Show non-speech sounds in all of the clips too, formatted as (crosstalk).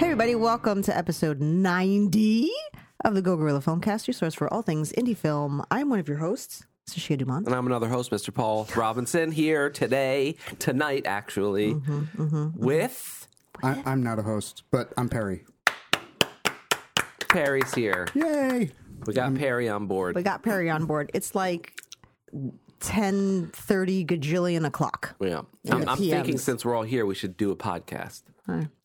everybody. Welcome to episode 90 of the Go Gorilla Filmcast, your source for all things indie film. I'm one of your hosts, Sashia Dumont. And I'm another host, Mr. Paul Robinson, here today, tonight, actually, Mm-hmm, with I, I'm not a host, but I'm Perry. Perry's here. Yay! We got Mm-hmm. Perry on board. We got Perry on board. It's like 10 30 gajillion o'clock. yeah. I'm, I'm PMs. thinking since we're all here, we should do a podcast.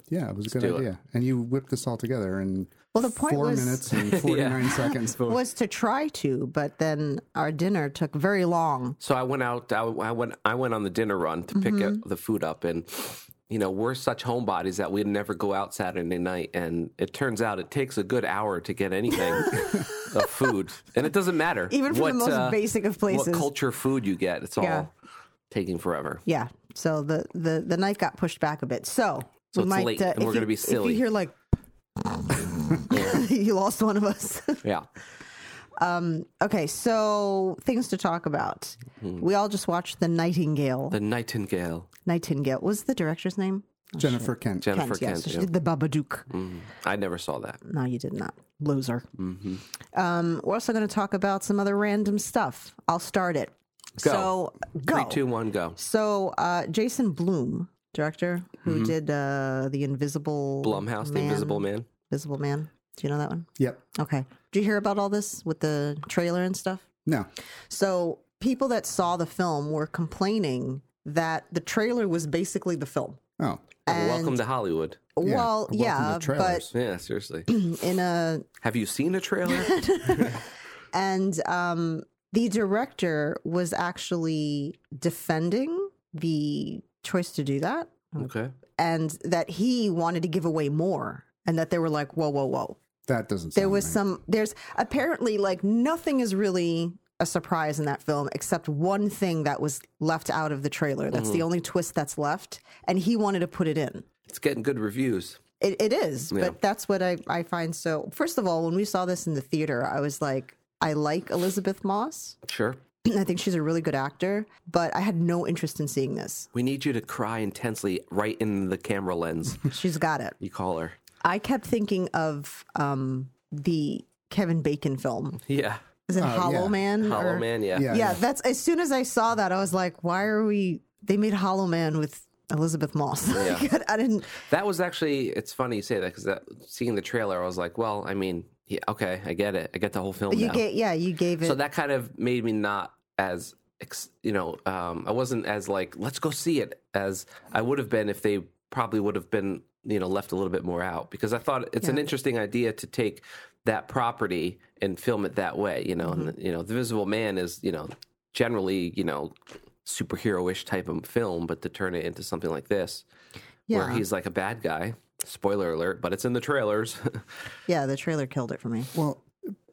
Yeah, it was a good do it. idea. And you whipped this all together in Well, the point four was- (laughs) minutes and (laughs) 49 seconds. Was to try to, but then our dinner took very long. So I went out. I, I went. I went on the dinner run to pick Mm-hmm. up the food up, and you know we're such homebodies that we never go out Saturday night. And it turns out it takes a good hour to (laughs) get anything of food, and it doesn't matter uh, Even from the most basic of What places. culture food you get, it's Yeah. all taking forever. Yeah. So the the the night got pushed back a bit. So, uh, So it's late and if we're gonna you- be silly. If you hear like (laughs) you lost one of us. (laughs) Yeah. okay, so things to talk about. We all just watched The Nightingale. Hmm. The Nightingale, Nightingale was the director's name. Jennifer Kent. Jennifer Kent, yes. Kent. She yeah. Hmm. did The Babadook. I never saw that. No, you did not. Loser. Mm-hmm. Um, we're also going to talk about some other random stuff. I'll start it. Go. So, go. Three, two, one, go. So, uh, Jason Bloom, director who did uh, The Invisible Mm-hmm. Blumhouse, the Invisible Man. Invisible Man. Do you know that one? Yep. Okay. Did you hear about all this with the trailer and stuff? No. So, people that saw the film were complaining that the trailer was basically the film. Oh. Welcome to Hollywood. well, Yeah, welcome to yeah, but trailers. Yeah, (clears throat) seriously. in a Have you seen (laughs) a trailer? and um, the director was actually defending the choice to do that okay. and that he wanted to give away more and that they were like whoa whoa whoa That doesn't sound there was right. some there's apparently like nothing is really a surprise in that film except one thing that was left out of the trailer that's Mm-hmm. the only twist that's left and he wanted to put it in It's getting good reviews. It, it is, Yeah. but that's what I, I find so. First of all, when we saw this in the theater, I was like, I like Elizabeth Moss. (clears throat) Sure. I think she's a really good actor, but I had no interest in seeing (laughs) this. We need you to cry intensely right in the (laughs) camera lens. She's got it. You call her. I kept thinking of um, the Kevin Bacon film. Yeah. Is it Oh, Hollow yeah. Man? Hollow or- Man, yeah. Yeah. Yeah. yeah. that's as soon as I saw that, I was like, why are we? They made Hollow Man with Elizabeth Moss. (laughs) Like, I didn't. That was actually, it's funny you say that because that, seeing the trailer, I was like, well, I mean, yeah, okay, I get it. I get the whole film You now. gave, yeah, you gave it. so that kind of made me not as, ex- you know, um, I wasn't as like, let's go see it as I would have been if they probably would have been, you know, left a little bit more out because I thought it's an interesting idea to take that property and film it that way, you know, and, Mm-hmm. you know, The Visible Man is, you know, generally, you know, superhero-ish type of film, but to turn it into something like this where yeah, he's like a bad guy. Spoiler alert, but it's in the trailers. (laughs) yeah, the trailer killed it for me. Well,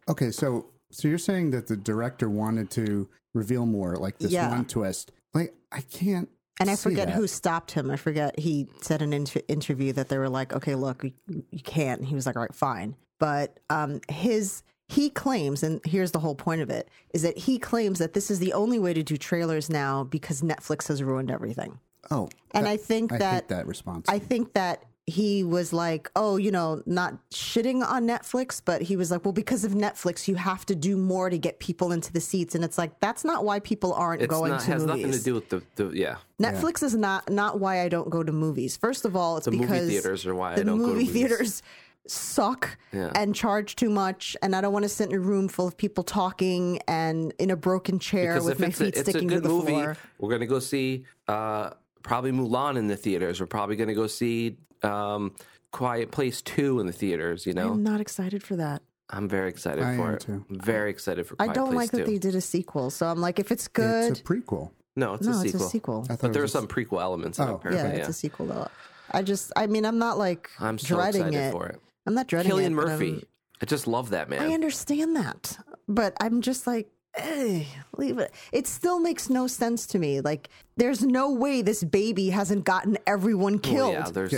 okay. So, so you're saying that the director wanted to reveal more, like this Yeah. one twist. Like, I can't. And I see forget that. who stopped him. I forget he said in an inter- interview that they were like, "Okay, look, you, you can't." And he was like, "All right, fine." But um, his he claims, and here's the whole point of it, is that he claims that this is the only way to do trailers now because Netflix has ruined everything. Oh, And that- I think I that hate that response. I think that he was like, oh, you know, not shitting on Netflix, but he was like, well, because of Netflix, you have to do more to get people into the seats, and it's like that's not why people aren't it's going not to has movies. nothing to do with the, the yeah. Netflix is not not why I don't go to movies. First of all, it's movie because theaters are why I the don't go to movie movies. theaters suck Yeah. and charge too much, and I don't want to sit in a room full of people talking and in a broken chair Because with if my it's a, feet it's a sticking good to the movie, floor. we're gonna go see uh, probably Mulan in the theaters. We're probably gonna go see um, Quiet Place Two in the theaters. You know, I'm I'm, not excited for that. very excited I for am it. too. I'm very excited for. I Quiet don't Place like 2. that they did a sequel, so I'm like, if it's good, it's a prequel. No, it's no, a sequel. it's a sequel. I thought But it there are was a- some prequel elements. in it, Oh, Yeah, apparently, yeah. it's a sequel though. I just, I mean, I'm not like I'm so dreading excited it. for it. I'm not dreading Killian it. but I'm- Murphy. I just love that man. I understand that, but I'm just like, eh, leave it. It still makes no sense to me. Like, there's no way this baby hasn't gotten everyone Well, killed. yeah, there's.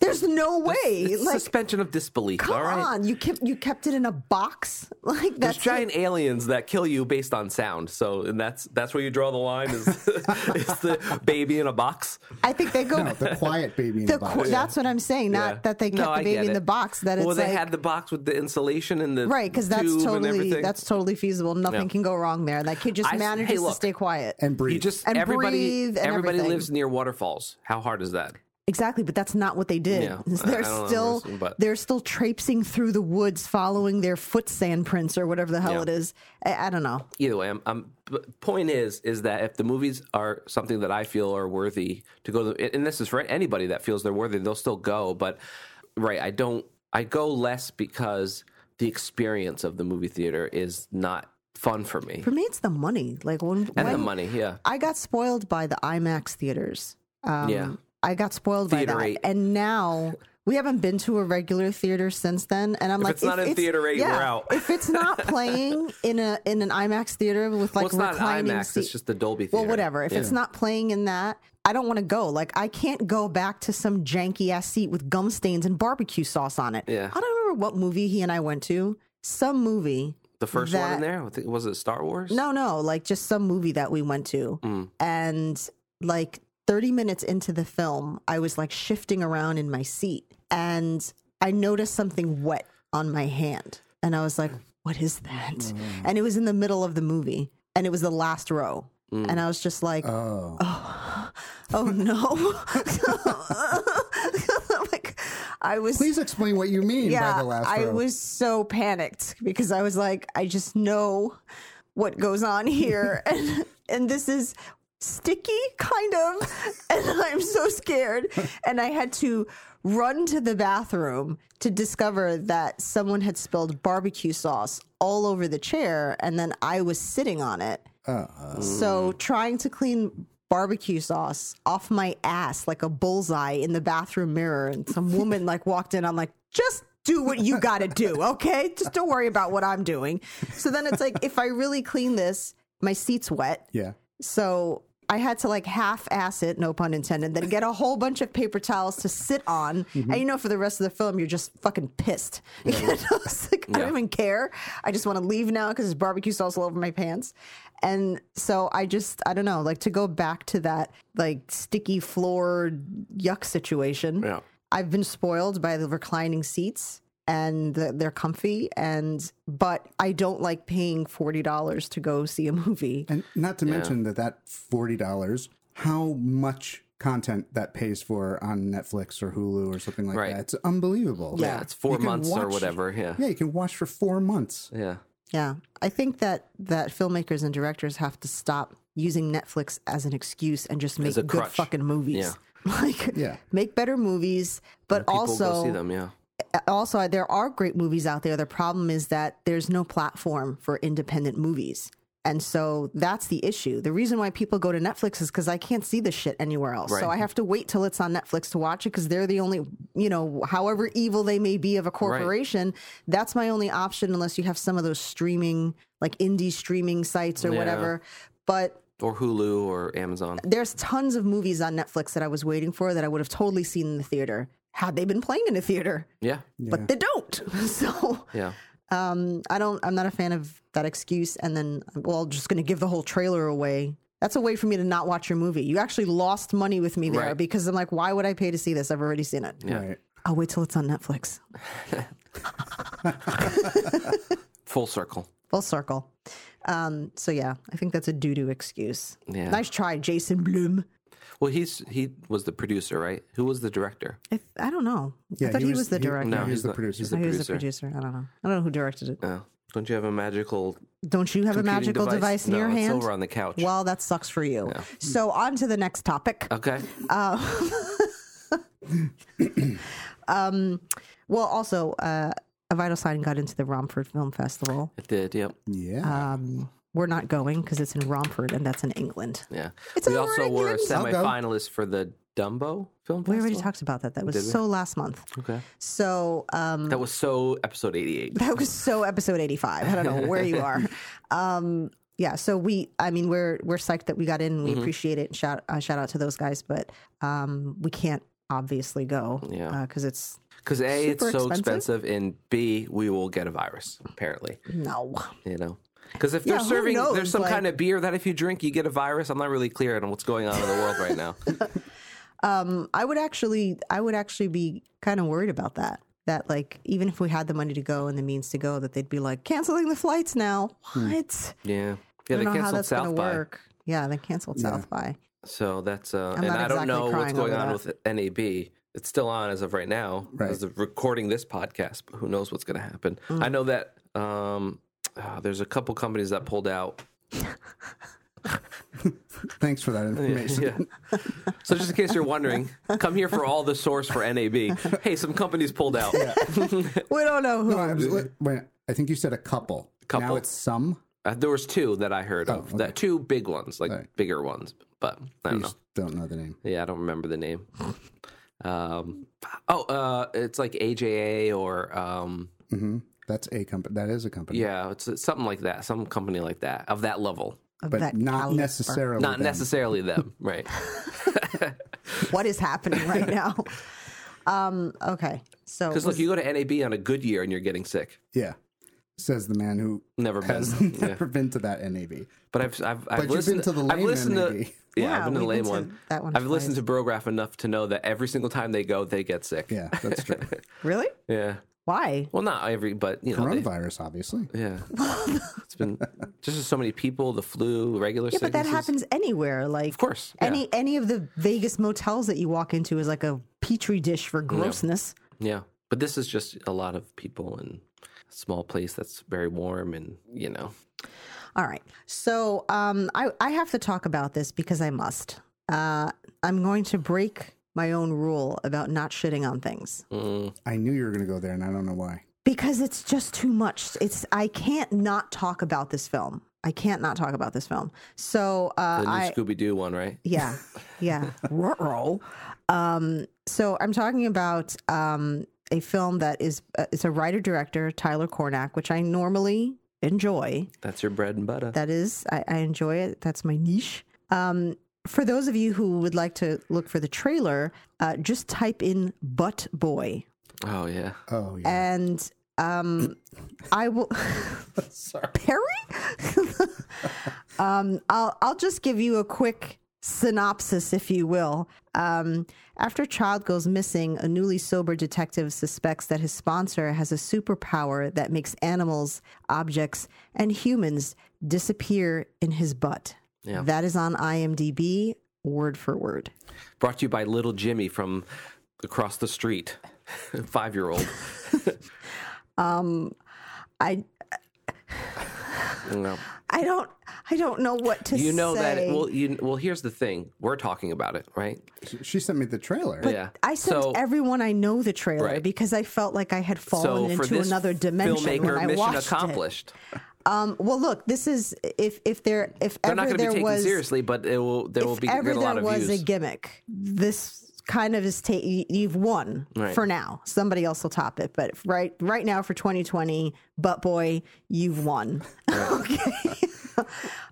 There's no way. It's like, suspension of disbelief. come all right. on, you kept you kept it in a box. (laughs) Like There's that's giant aliens that kill you based on sound. So, and that's that's where you draw the line is (laughs) is the baby in a box. I think they go. No, (laughs) the quiet baby in the (laughs) the box. qu- That's what I'm saying. Not Yeah. that they No, kept I the baby get in it. the box. That it's well, they like had the box with the insulation and the right because that's tube and totally everything. that's totally feasible. Nothing Yeah. can go wrong there. That kid just I s- manages hey, to look. stay quiet. and breathe. you just And everybody breathe and everybody everything. lives near waterfalls. How hard is that? Exactly, but that's not what they did. Yeah, I- I (laughs) they're don't know, still listen, but- they're still traipsing through the woods, following their foot sand prints or whatever the hell Yeah. it is. I, I don't know. either way, I'm, I'm but point is is that if the movies are something that I feel are worthy to go, to, and this is for anybody that feels they're worthy, they'll still go. But right, I don't. I go less because the experience of the movie theater is not fun for me, For me, it's the money. Like when, and the when- money. Yeah, I got spoiled by the IMAX theaters. Um, Yeah. I got spoiled Theater by that, eight. and now we haven't been to a regular theater since then. And I'm If like, it's not in theater eight, we're out. if it's (laughs) not playing in a in an IMAX theater with well, like it's not an reclining IMAX. seat- It's just the Dolby. Theater. well, whatever. If Yeah. it's not playing in that, I don't want to go. Like, I can't go back to some janky ass seat with gum stains and barbecue sauce on it. Yeah. I don't remember what movie he and I went to. Some movie. the first one in that- there, I think- was it Star Wars? No, no, like just some movie that we went to. Mm. And like 30 minutes into the film, I was like shifting around in my seat and I noticed something wet on my hand. And I was like, what is that? And it was in the middle of the movie and it was the last row. And I was just like, oh, oh no. (laughs) like, I was. please explain what you mean by Yeah, the last I row. was so panicked because I was like, I just know what goes on here, (laughs) and and this is sticky, kind of, and (laughs) I'm so scared, and I had to run to the bathroom to discover that someone had spilled barbecue sauce all over the chair, and then I was sitting on it. So trying to clean barbecue sauce off my ass like a bullseye in the bathroom mirror and some woman like walked in I'm like just do what you got to do okay just don't worry about what I'm doing so then it's like if I really clean this my seat's wet yeah. so I had to like half ass it, no pun intended, then get a whole bunch of paper towels to sit on. And you know, for the rest of the film, you're just fucking pissed. (laughs) You know, it's like, I Mm-hmm. Yeah. don't even care. I just want to leave now because there's barbecue sauce all over my pants. And so I just, I don't know, like to go back to that like sticky floor yuck situation. Yeah. I've been spoiled by the reclining seats and the, they're comfy and but I don't like paying $40 to go see a movie. And not to mention that that forty dollars, how much content that pays for on Netflix or Hulu or something like Right. that. It's unbelievable. Yeah, it's four You can months or watch- whatever. Yeah, you can watch for four months. yeah. Yeah, I think that that filmmakers and directors have to stop using Netflix as an excuse and just make a good crutch. fucking movies. (laughs) Like, Yeah. make better movies, but People also go see them. Yeah. also there are great movies out there. The problem is that there's no platform for independent movies. And so that's the issue. The reason why people go to Netflix is because I can't see this shit anywhere else. So I Right. have to wait till it's on Netflix to watch it because they're the only, you know, however evil they may be of a corporation, that's my only option unless you have some of those streaming, like indie streaming sites or Yeah. whatever. But Or Hulu or Amazon. there's tons of movies on Netflix that I was waiting for that I would have totally seen in the theater had they been playing in the theater Yeah. but they don't. (laughs) So Yeah. um, I don't. I'm not a fan of that excuse. And then, well, I'm just going to give the whole trailer away. That's a way for me to not watch your movie. You actually lost money with me there Right. because I'm like, why would I pay to see this? I've already seen it. Yeah. Right. I'll wait till it's on Netflix. Full circle. Full circle. Um, so yeah, I think that's a doo doo excuse. Yeah. Nice try, Jason Bloom. Well, he's he was the producer, right? Who was the director? I, I don't know. Yeah, I thought he he, was- was, the he- director. No, he's he's the not. producer. He's Oh, the he was the producer. producer. I don't know. I don't know who directed it. Oh. Don't you have a magical Don't you have a computing magical device, in no, your it's hand? over on the couch. Well, that sucks for you. So on to the next topic. okay. Well, also, uh, a vital sign got into the Romford Film Festival. It did. Yep. uh, Yeah. Um, we're not going because it's in Romford and that's in England. Yeah. It's we over also in were a England. I'll go. semi-finalist for the Dumbo film. We already Festival? talked about that. That was we? so last month. Okay. So um, (laughs) That was so episode eighty-eight. that was so episode 85. I don't know where you (laughs) are. Um, yeah, so we, I mean, Mm-hmm. we're we're psyched that we got in. We appreciate it. Shout uh, shout out to those guys, but um, we can't obviously go Yeah. because it's Because A, it's Super so expensive? expensive? and B, we will get a virus, apparently. no. You know? Because if Yeah, they're who serving, knows, there's some like- kind of beer that if you drink, you get a virus. I'm not really clear on what's going on in the world (laughs) right now. Um, I would actually, I would actually be kind of worried about that. That like, even if we had the money to go and the means to go, that they'd be like canceling the flights now. What? Yeah. I Yeah, don't they know how canceled that's going to Hmm. South by. work. Yeah, they canceled Yeah. South by. So that's, uh, and not I don't exactly know what's crying going over on that. with NAB. It's still on as of right now, Right. as of recording this podcast, but who knows what's going to happen. Mm. I know that um, uh, there's a couple companies that pulled (laughs) out (laughs) Thanks for that information. Yeah. So just in case you're wondering, come here for all the source for (laughs) NAB. Hey, some companies pulled out. We don't (laughs) know who. No, I was, wait, I think you said a couple. Couple. Now it's some. (laughs) Uh, there was two that I heard of. Oh, okay. That two big ones, like Right. bigger ones, but I I don't know. don't know the name. Yeah, I don't remember the name. Um, oh, uh, it's like AJA or um, hmm That's a company. That is a company. yeah, it's, it's something like that. Some company like that of that level. of But that not caliber. necessarily. Not them. necessarily (laughs) them, right? (laughs) What is happening (laughs) right now? um, okay, so Because look, you go to NAB on a good year and you're getting sick. Yeah. Says the man who Never (laughs) been. has (laughs) Yeah. never been to that NAB. But I've I've, I've you've been listened to the I've lame listened NAB. to yeah, I've Yeah, been to the we've lame been to one. that one I've twice. listened to Brograph enough to know that every single time they go, they get sick. Yeah, (laughs) that's true. really Yeah. why? Well, not every, but you know, they, Coronavirus, obviously. (laughs) yeah. it's been just so many people, the flu, regular Yeah, but that sicknesses. happens anywhere. Like, of course, yeah. any any of the Vegas motels that you walk into is like a petri dish for grossness. Yeah, but this is just a lot of people in a small place that's very warm and you know. All right, so um, I I have to talk about this because I must. Uh, I'm going to break my own rule about not shitting on things Mm, I knew you were going to go there, and I don't know why. because it's just too much. It's I can't not talk about this film. I can't not talk about this film. So the uh, new I Scooby Doo one, right? Yeah, yeah. Ruh-roh. Um, so I'm talking about um, a film that is uh, it's a writer director Tyler Cornack, which I normally enjoy. That's your bread and butter. That is, I, I enjoy it. That's my niche. Um, for those of you who would like to look for the trailer, uh, just type in "butt boy" oh yeah. Oh, yeah. and um, I (laughs) will. Sorry. Perry? (laughs) um, I'll I'll just give you a quick synopsis, if you will. Um, after a child goes missing, a newly sober detective suspects that his sponsor has a superpower that makes animals, objects, and humans disappear in his butt. Yeah. That is on IMDb, word for word. Brought to you by Little Jimmy from across the street, (laughs) five year old. I I don't I don't know what to You know that say. it, well. You well. Here's the thing. We're talking about it, right? She sent me the trailer. yeah. I sent so, everyone I know the trailer Right. because I felt like I had so fallen for into this another dimension filmmaker, when I mission watched accomplished. it. Um, well, look, this is if if there if They're ever not going to there be taken was seriously, but it will. There will if be ever get a lot there of was views. a gimmick, this kind of is ta- you- you've won Right. for now. Somebody else will top it, but right right now for 2020, butt boy, you've won. (laughs) okay.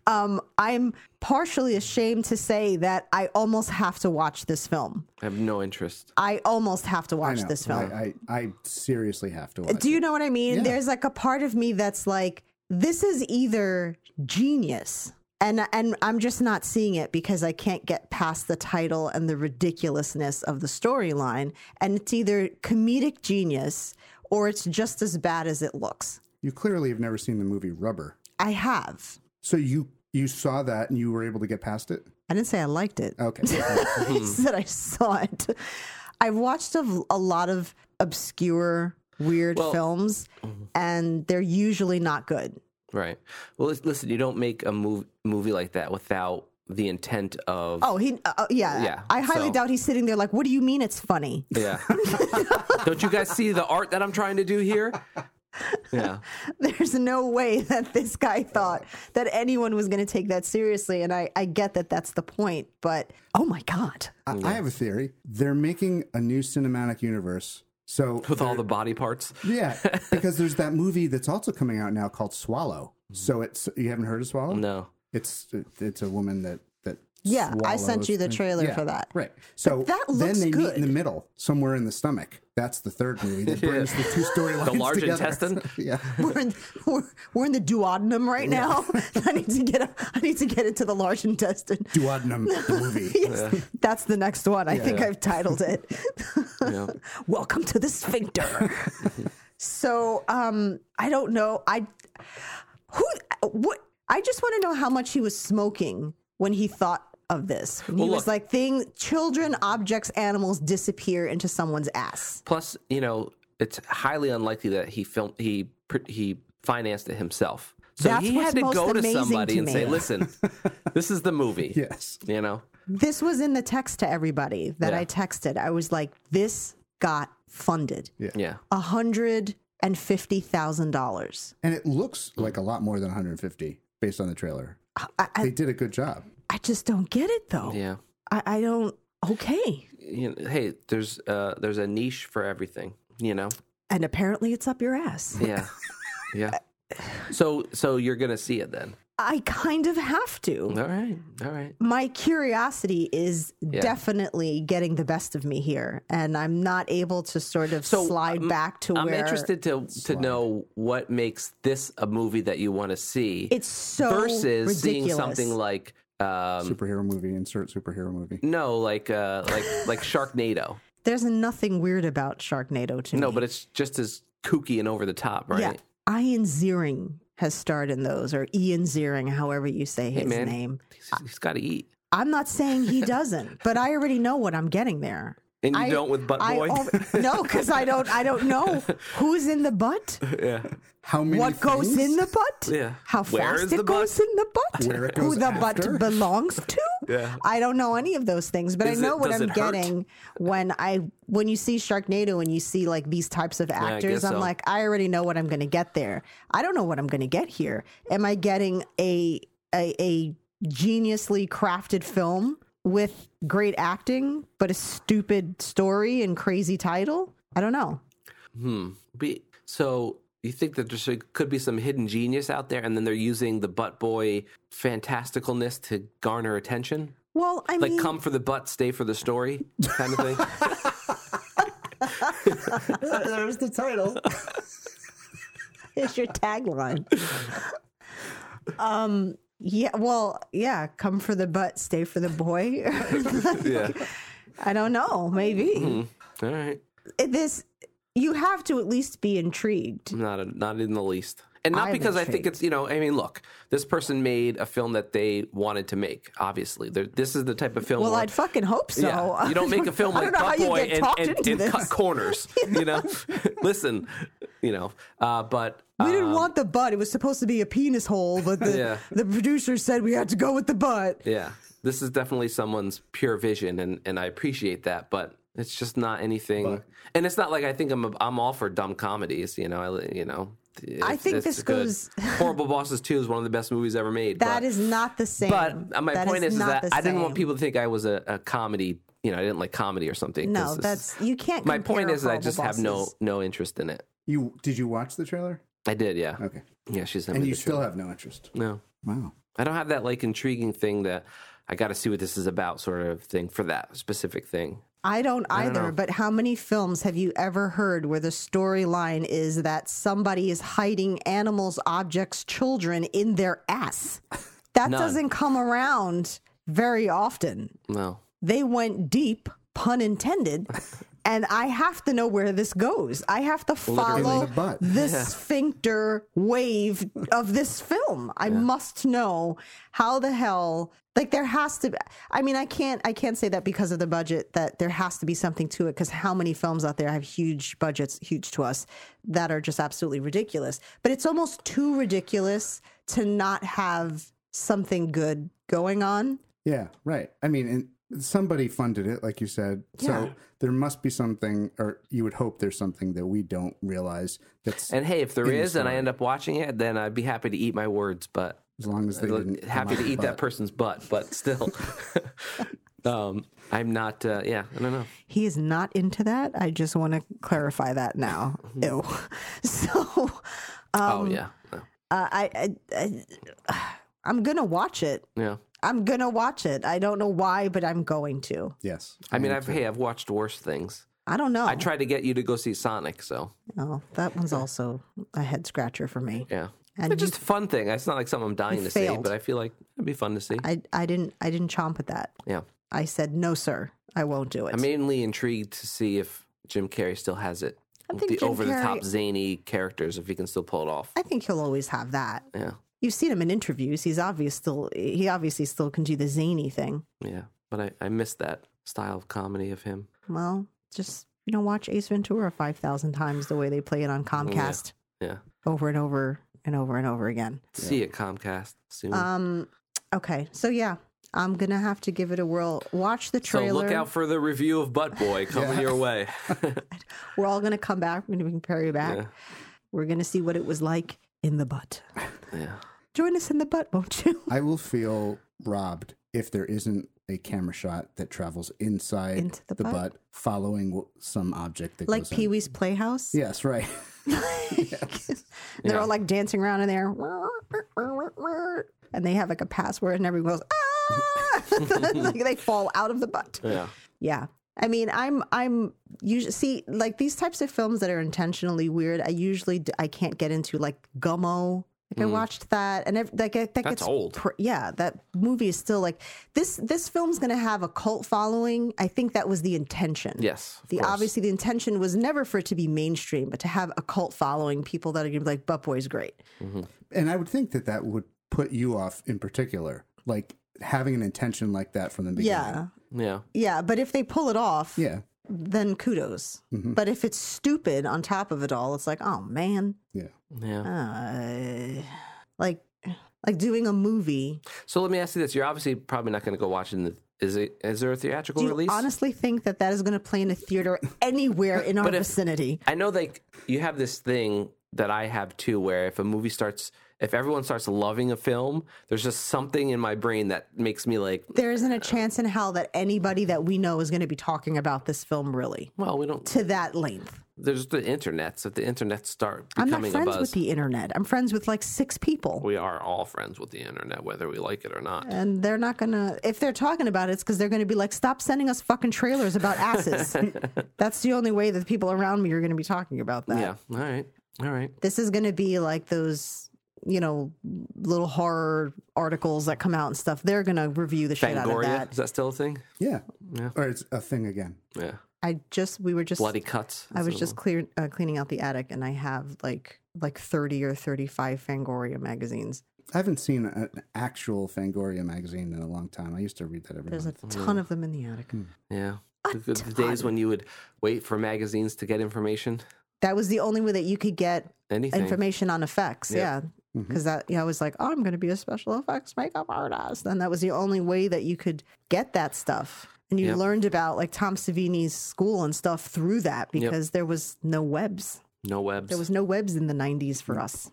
um, I'm partially ashamed to say that I almost have to watch this film. I have no interest. I almost have to I watch know. this film. Uh, I, I, I seriously have to watch Do you know what I mean? Yeah. There's like a part of me that's like, this is either genius. And, and I'm just not seeing it because I can't get past the title and the ridiculousness of the storyline. And it's either comedic genius or it's just as bad as it looks. You clearly have never seen the movie Rubber. I have. So you you saw that and you were able to get past it? I didn't say I liked it. (laughs) Okay. I just said I saw it. I've watched a, a lot of obscure, weird films, and they're usually not good. Right. Well, lis- listen. You don't make a mov- movie like that without the intent of. Oh, he, uh, uh, yeah. Yeah, I highly so- doubt he's sitting there like, what do you mean it's funny? (laughs) Yeah. don't you guys see the art that I'm trying to do here? Yeah. There's no way that this guy thought that anyone was going to take that seriously. And I, I get that that's the point, but oh my God. (laughs) I, I have a theory. They're making a new cinematic universe. (laughs) So With all the body parts. yeah, because there's that movie that's also coming out now called Swallow. So it's you haven't heard of Swallow? No. It's it's a woman that that Yeah, I sent swallows you the and- trailer yeah, for that. Right. So that then looks they meet good. in the middle, somewhere in the stomach. That's the third (laughs) movie that brings the two storylines The large together. intestine? (laughs) yeah. We're in we're, we're in the duodenum right now. (laughs) I need to get I need to get into the large intestine. Duodenum, the (laughs) movie. Yes, That's the next one. I think I've titled it. (laughs) Yeah. Welcome to the sphincter. so um, I don't know. I who what I just want to know how much he was smoking when he thought of this. When he Well, was look. like, "Thing, children, objects, animals disappear into someone's ass." Plus, you know, it's highly unlikely that he filmed he pr- he financed it himself. So That's he what's had to most go to amazing somebody to and me. (laughs) say, "Listen, this is the movie." Yes. You know, This was in the text to everybody that Yeah. I texted. I was like, "This got funded." yeah. a hundred and fifty thousand dollars. And it looks like a lot more than 150 based on the trailer. I, I, They did a good job. I just don't get it though. Yeah. I, I don't. Okay. You know, hey, there's uh there's a niche for everything, you know. And apparently, it's up your ass. (laughs) Yeah. yeah. So so you're going to see it then. I kind of have to. All right. All right. My curiosity is definitely getting the best of me here, and I'm not able to sort of So, slide I'm- back to I'm where interested to to know what makes this a movie that you want to see It's so versus seeing ridiculous. something like um Superhero movie, insert superhero movie. no, like uh like like Sharknado. There's nothing weird about Sharknado to me. No, but it's just as kooky and over the top, right? Yeah. Ian Ziering has starred in those, or Ian Ziering, however you say his man. name. He's, he's got to eat. I'm not saying he doesn't, but I already know what I'm getting there. And you I- don't with Butt I Boy? al- no, because I don't. I don't (laughs) know who's in the butt, yeah. How many? what goes things? in the butt, Yeah. how Where fast is it the goes in the butt, Where it who goes the after? butt (laughs) belongs to. Yeah. I don't know any of those things, but Is I know it- what does I'm it hurt? getting when I when you see Sharknado and you see like these types of I actors. guess I'm so. like, I already know what I'm going to get there. I don't know what I'm going to get here. Am I getting a a, a geniusly crafted film with great acting but a stupid story and crazy title? I don't know. Hmm. Be, so you think that there should, could be some hidden genius out there, and then they're using the butt boy fantasticalness to garner attention? Well, I Like, mean, come for the butt, stay for the story, kind of thing. (laughs) There's the (laughs) title. it's your tagline. um. Yeah. Well. Yeah. Come for the butt, stay for the boy. (laughs) (laughs) yeah. I don't know. Maybe Mm-hmm. All right. It- this. You have to at least be intrigued. Not a, not in the least. And not I'm because I think intrigued. it's you know I mean look this person made a film that they wanted to make obviously They're, this is the type of film Well, where- I'd fucking hope so. yeah. you don't make a (laughs) film I like don't know how Butt you Boy get and, talked and, into and cut this. (laughs) corners you know (laughs) listen you know uh, but We uh, didn't want the butt. It was supposed to be a penis hole, but the (laughs) Yeah. the producer said we had to go with the butt. yeah this is definitely someone's pure vision and and I appreciate that but it's just not anything and it's not like I think I'm a, I'm all for dumb comedies you know I you know I It's- think it's this good. goes- (laughs) horrible bosses 2 is one of the best movies ever made That but- is not the same. But uh, my That point is, is not that the I didn't want same. people to think I was a, a comedy. You know, I didn't like comedy or something. 'cause No, this that's is- you can't. my compare point is I horrible just have no bosses. no interest in it. You did you watch the trailer? I did, yeah, Okay. yeah. She's And you still have no interest. no. Wow. I don't have that like intriguing thing that I got to see what this is about, sort of thing for that specific thing. I don't either. but how many films have you ever heard where the storyline is that somebody is hiding animals, objects, children in their ass? That None. doesn't come around very often. No, They went deep, pun (laughs) intended. And I have to know where this goes. I have to follow the butt. the sphincter wave of this film. I must know how the hell like there has to be, I mean I can't I can't say that because of the budget that there has to be something to it cuz how many films out there have huge budgets huge to us that are just absolutely ridiculous. But it's almost too ridiculous to not have something good going on. Yeah, right. I mean, and somebody funded it, like you said. So there must be something, or you would hope there's something that we don't realize. That's and hey, if there In the is, and I story. end up watching it, then I'd be happy to eat my words, but as long as they didn't happy to eat that person's butt, but still, (laughs) um, I'm not. Uh, yeah, I don't know. He is not into that. I just want to clarify that now. Ew. (laughs) So oh yeah. No. uh, I, I, I I'm gonna watch it. Yeah. I'm gonna watch it. I don't know why, but I'm going to. Yes. I mean, I've hey, I've watched worse things. I don't know. I tried to get you to go see Sonic, so Oh, that one's also a head scratcher for me. yeah. And it's just a fun thing. It's not like something I'm dying you to see, failed. but I feel like it'd be fun to see. I I didn't I didn't chomp at that. yeah. I said no, sir. I won't do it. I'm mainly intrigued to see if Jim Carrey still has it. I think the Jim over the top Carrey- zany characters, if he can still pull it off. I think he'll always have that. yeah. You've seen him in interviews. He's obvious still. He obviously still can do the zany thing. Yeah. But I, I miss that style of comedy of him. Well, just you know, watch Ace Ventura five thousand times the way they play it on Comcast Oh, Yeah. over and over and over and over again. See you, Comcast soon. Um. Okay. So yeah, I'm gonna have to give it a whirl. Watch the so trailer. look out for the review of Butt Boy coming your way. (laughs) We're all gonna come back. We're gonna compare you back. Yeah. We're gonna see what it was like in the butt. yeah. Join us in the butt, won't (laughs) you? I will feel robbed if there isn't a camera shot that travels inside Into the butt? following w- some object that like goes in. Pee Wee's Playhouse. (laughs) Yes, right. (laughs) They're (laughs) Yeah. all like dancing around in there, and they have like a password, and everyone goes ah. (laughs) like they fall out of the (laughs) butt. Yeah. Yeah. I mean, I'm I'm usually see like these types of films that are intentionally weird. I usually d- I can't get into like Gummo. Like I watched that, and ev- like that Mm. That's gets old. pr- yeah, that movie is still like this. This film's gonna have a cult following. I think that was the intention. Yes. of The course. obviously the intention was never for it to be mainstream, but to have a cult following, people that are gonna be like, "Butt Boy's great." And I would think that that would put you off in particular, like having an intention like that from the beginning. Yeah, Yeah. yeah. But if they pull it off, Yeah. then kudos. Mm-hmm. But if it's stupid on top of it all, it's like, oh man, Yeah. Yeah. uh, like like doing a movie. So let me ask you this: You're obviously probably not going to go watch it. In the, is it? Is there a theatrical Do you release? honestly think that that is going to play in a theater anywhere in our But if- vicinity? I know they. You have this thing that I have too, where if a movie starts, if everyone starts loving a film, there's just something in my brain that makes me like, There isn't a chance in hell that anybody that we know is going to be talking about this film really well, we don't. to that length. There's the internet. So if the internet start I'm not becoming a friends buzz, with the internet. I'm friends with like six people. we are all friends with the internet, whether we like it or not. And they're not gonna. If they're talking about it, it's because they're gonna be like, "Stop sending us fucking trailers about (laughs) asses." That's the only way that the people around me are gonna be talking about that. Yeah. All right. All right. this is going to be like those you know little horror articles that come out and stuff they're going to review the shit out of Fangoria that is that still a thing? Yeah. Yeah. Or it's a thing again. Yeah. i just we were just Bloody cuts. i is was the just clear uh, cleaning out the attic and i have like like 30 or 35 fangoria magazines I haven't seen an actual Fangoria magazine in a long time. I used to read that every there's a month. Mm. ton of them in the attic Yeah. A The good days when you would wait for magazines to get information. that was the only way that you could get Anything. information on effects yeah Yep. because that you know, i was like oh i'm going to be a special effects makeup artist and that was the only way that you could get that stuff and you Yep. learned about like tom savini's school and stuff through that because there was no webs No webs. there was no webs in the 90s for us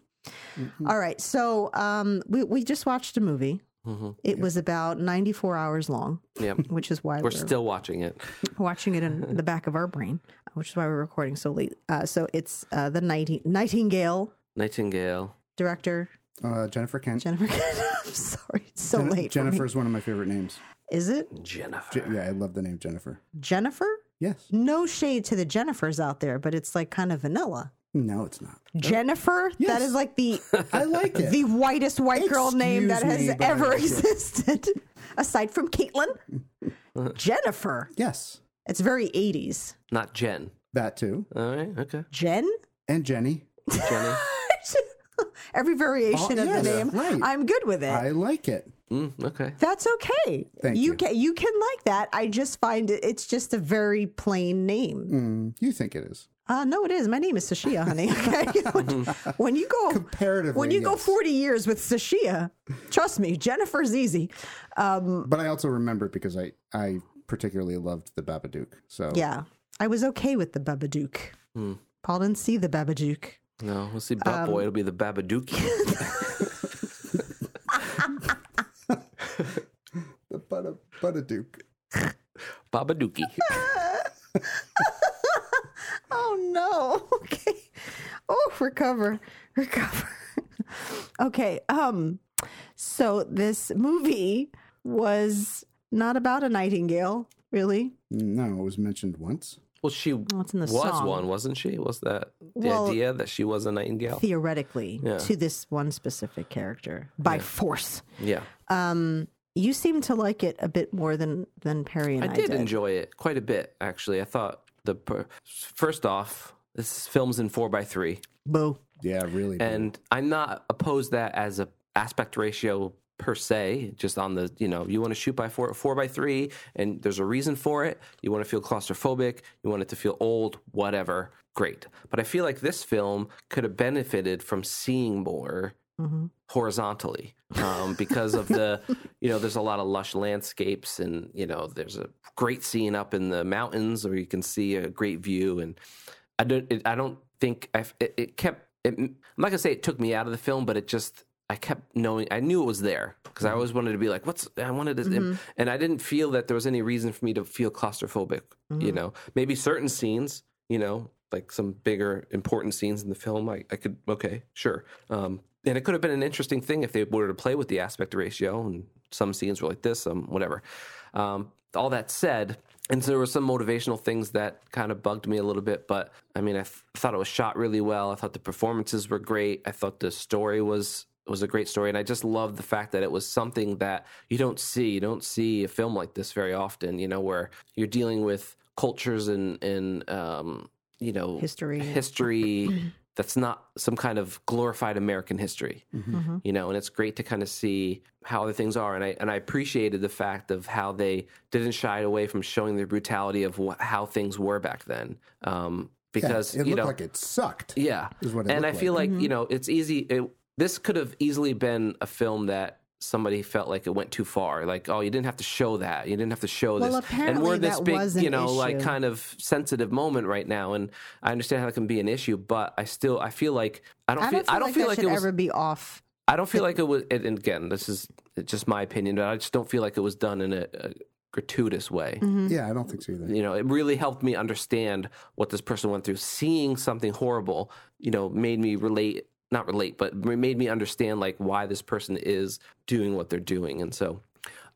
All right so um, we, we just watched a movie Mhm. it was about 94 hours long (laughs) Yep. which is why We're still watching it. (laughs) watching it in the back of our brain which is why we're recording so late uh, so it's uh, the Nighting- nightingale Nightingale. director Uh, Jennifer Kent. Jennifer. (laughs) I'm sorry, it's so Jen- late. Jennifer For me. is one of my favorite names. Is it Je- Jennifer. yeah, I love the name Jennifer. Jennifer? Yes. No shade to the Jennifers out there, but it's like kind of vanilla. No, it's not. Jennifer? That Oh. Yes. is like (laughs) the I like it. the whitest white girl name that Excuse has me, but I (laughs) ever like it. existed. (laughs) Aside from Caitlin. Uh-huh. Jennifer. yes, It's very 80s. Not Jen. that too. All right. Okay. Jen? (laughs) And Jenny. Jenny. Every variation Oh, of yes, the name. right. I'm good with it. I like it. Mm, okay. That's okay. Thank you you. can you can like that. I just find it, it's just a very plain name. Mm, you think it is. Uh, no, it is. My name is Sashia, (laughs) honey. Okay? Like, when you go Comparatively, when you go yes. forty years with Sashia, trust me, Jennifer's easy. Um, But I also remember it because I, I particularly loved the Babadook. So yeah, I was okay with the Babadook. Hmm. Paul didn't see the Babadook. No, we'll see. Butt Um, Boy. It'll be the Babadook. the Bada, Badadook. Babadookie. Oh no. (laughs) Okay. (laughs) Oh, recover, recover. okay. Um. So this movie was not about a nightingale, really. No, it was mentioned once. Well, she What's Oh, in the was song? one, wasn't she? Was that the Well, idea that she was a nightingale? Theoretically, Yeah. to this one specific character by Yeah. force. yeah, Um, you seem to like it a bit more than than Perry and I, I did enjoy it quite a bit, actually. I thought the per- first off, this film's in four by three, Boo. Yeah, really. bad. and I'm not opposed that as a aspect ratio per se. Just on the you know, you want to shoot by four four by three, and there's a reason for it. You want to feel claustrophobic, you want it to feel old, whatever. Great, but I feel like this film could have benefited from seeing more Mhm. horizontally um, because of the (laughs) you know there's a lot of lush landscapes and you know there's a great scene up in the mountains where you can see a great view and I don't it, I don't think I it, it kept it, I'm not gonna say it took me out of the film but it just I kept knowing I knew it was there because I always wanted to be like what's I wanted to and I didn't feel that there was any reason for me to feel claustrophobic you know maybe certain scenes you know like some bigger important scenes in the film I, I could okay sure um, and it could have been an interesting thing if they were to play with the aspect ratio and some scenes were like this some whatever um, all that said and so there were some motivational things that kind of bugged me a little bit but i mean i th- thought it was shot really well i thought the performances were great i thought the story was was a great story and i just love the fact that it was something that you don't see you don't see a film like this very often you know where you're dealing with cultures and and um, you know History. history that's not some kind of glorified American history, Mm-hmm. Mhm. you know. And it's great to kind of see how other things are, and I and I appreciated the fact of how they didn't shy away from showing the brutality of wh- how things were back then, um, Yeah, because it you looked know, like it sucked. yeah, is what it and I looked feel like Mm-hmm. you know it's easy. It, this could have easily been a film that somebody felt like it went too far. Like, oh, you didn't have to show that. You didn't have to show Well, this. and apparently we're this that big, was an you know, like issue. kind of sensitive moment right now. And I understand how that can be an issue, but I still I feel like I don't I feel don't feel, I don't like feel that like should it was ever be off. I don't feel like it was, and and again, this is just my opinion, but I just don't feel like it was done in a, a gratuitous Mm-hmm. way. Yeah, I don't think so either. You know, it really helped me understand what this person went through. Seeing something horrible, you know, made me relate, not relate, but made me understand like why this person is doing what they're doing. And so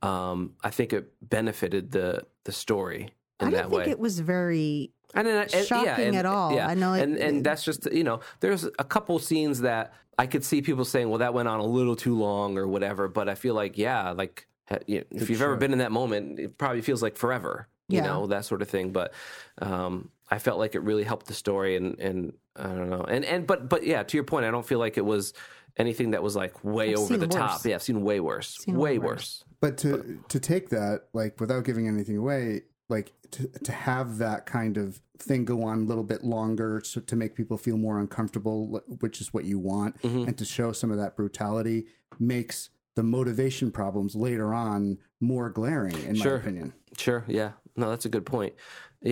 um, I think it benefited the, the story in I that don't think way. it was very And then, and- shocking yeah, and, at all. Yeah. I know it- and and that's just you know, there's a couple scenes that I could see people saying, "Well, that went on a little too long" or whatever. But I feel like, yeah, like ha- you know, if you've ever been in that moment, it probably feels like forever. You Yeah. know that sort of thing. But um, I felt like it really helped the story, and and I don't know, and and but but yeah, to your point, I don't feel like it was anything that was like way I've over seen the worse. top. Yeah, I've seen way worse, Seen way way worse. worse. But to to take that like without giving anything away, like to to have that kind of thing go on a little bit longer, so to make people feel more uncomfortable, which is what you want, Mm-hmm. and to show some of that brutality makes the motivation problems later on more glaring, in Sure. my opinion. Sure. Yeah. No, that's a good point.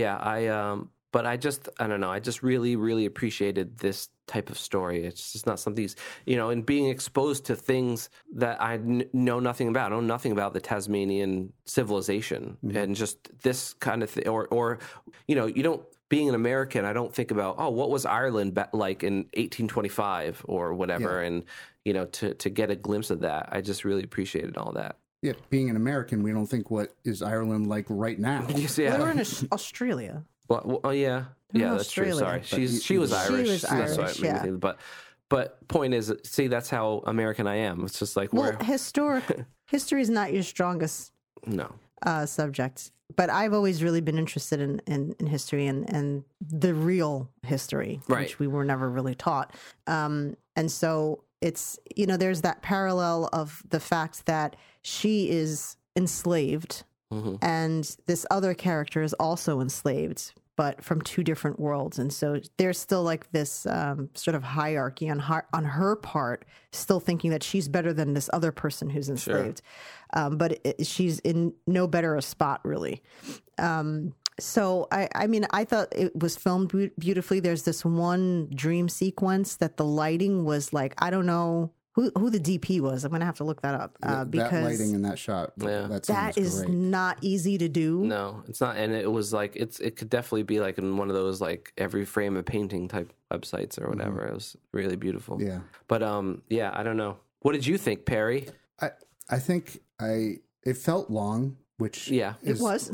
Yeah. I, um, but I just, I don't know. I just really, really appreciated this type of story. It's just not something, s- you know, and being exposed to things that I kn- know nothing about. I know nothing about the Tasmanian civilization and just this kind of thing, or, or, you know, you don't, being an American, I don't think about oh, what was Ireland ba- like in 1825 or whatever, and you know, to to get a glimpse of that, I just really appreciated all that. (laughs) Yeah, being an American, we don't think what is Ireland like right (laughs) now. You see, They I- were in Aus- Australia. Well, well, oh yeah, yeah, that's true. Australia. Sorry, she's she was She Irish. was That's why I Irish, made me yeah. think- But but point is, see, that's how American I am. It's just like Well, we're (laughs) historic history is not your strongest no, uh, subject, but I've always really been interested in, in, in history and, and the real history, Right. which we were never really taught. Um, and so it's, you know, there's that parallel of the fact that she is enslaved Mhm. and this other character is also enslaved. But from two different worlds, and so there's still like this um, sort of hierarchy on her, on her part, still thinking that she's better than this other person who's enslaved um, but it, she's in no better a spot really. Um, so I, I mean, I thought it was filmed beau- beautifully. There's this one dream sequence that the lighting was like I don't know who who the DP was. I'm gonna have to look that up uh, because that lighting in that shot, Yeah. that, scene that was is great. not easy to do. no, it's not. And it was like it's it could definitely be like in one of those like every frame a painting type Mm-hmm. websites or whatever. It was really beautiful. yeah. But um, yeah, I don't know. What did you think, Perry? I I think I it felt long, which Yeah. It is- was.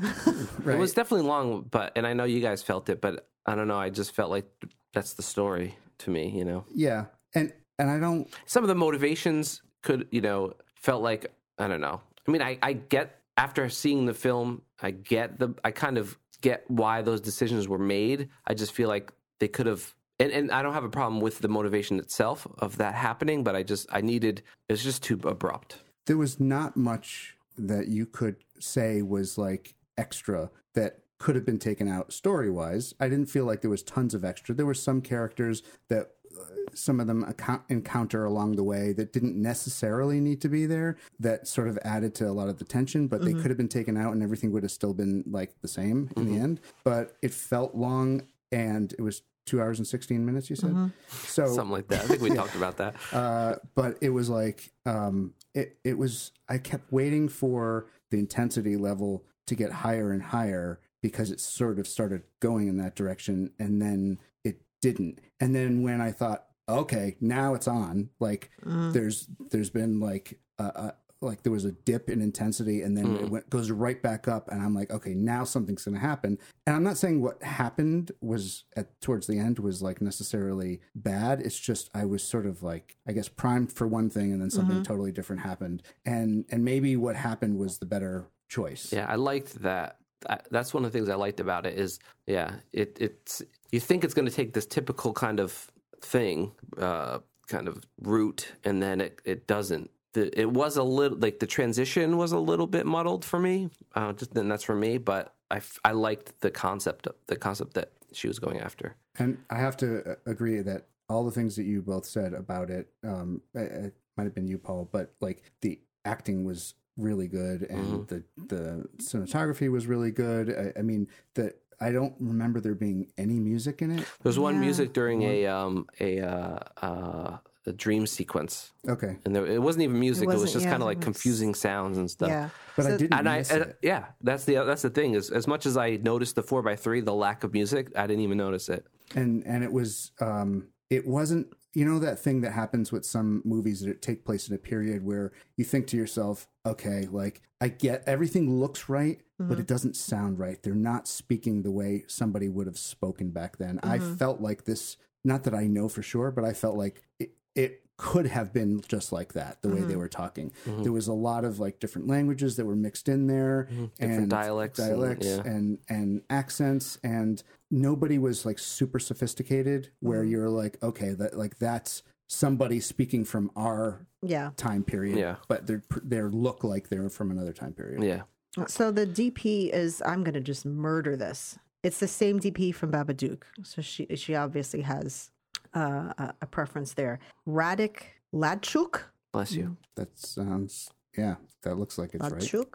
(laughs) right. It was definitely long, but and I know you guys felt it, but I don't know. I just felt like that's the story to me. You know, yeah, and and I don't some of the motivations could you know felt like I don't know. I mean, I I get after seeing the film, I get the I kind of get why those decisions were made. I just feel like they could have. And, and I don't have a problem with the motivation itself of that happening, but I just I needed it's just too abrupt. there was not much that you could say was like extra that could have been taken out story wise. I didn't feel like there was tons of extra. There were some characters that uh, some of them account- encounter along the way that didn't necessarily need to be there that sort of added to a lot of the tension, but they could have been taken out and everything would have still been like the same in the end. But it felt long and it was two hours and 16 minutes, you said? So Something like that. I think we talked about that. uh, but it was like um, it it was. I kept waiting for the intensity level to get higher and higher because it sort of started going in that direction, and then it didn't. And then when I thought, okay, now it's on. Like there's there's been like a, a like there was a dip in intensity and then it went, goes right back up and i'm like okay now something's going to happen and i'm not saying what happened was at towards the end was like necessarily bad it's just i was sort of like i guess primed for one thing and then something totally different happened and and maybe what happened was the better choice Yeah, I liked that. I, that's one of the things I liked about it is, yeah, it it's you think it's going to take this typical kind of thing, uh, kind of route, and then it it doesn't. The, it was a little like the transition was a little bit muddled for me. Uh, just then that's for me, but I, f- I liked the concept the concept that she was going after. And I have to uh, agree that all the things that you both said about it, um, it, it might have been you, Paul, but like the acting was really good, and the the cinematography was really good. I, I mean, the I don't remember there being any music in it. There's one Yeah. music during a um a uh, uh, a dream sequence, Okay, and there, it wasn't even music. It, was wasn't- just yeah, kind of it like was- confusing sounds and stuff. yeah. but I So- didn't and I, miss and- it. yeah, that's the that's the thing is as much as I noticed the four x three, the lack of music, I didn't even notice it. and and it was um it wasn't you know that thing that happens with some movies that take place in a period where you think to yourself okay like i get everything looks right but it doesn't sound right they're not speaking the way somebody would have spoken back then i felt like this not that i know for sure but i felt like it, it could have been just like that the way they were talking Mm-hmm. there was a lot of like different languages that were mixed in there Different and dialects and- dialects yeah. and and accents and nobody was like super sophisticated where Mm-hmm. you're like okay that like that's somebody speaking from our Yeah. time period Yeah. but they're they look like they're from another time period Yeah, So the DP is I'm going to just murder this. It's the same DP from Babadook. So she she obviously has uh, a, a preference there. Radic Ladchuk. bless you. that sounds yeah that looks like it's right Ladchuk.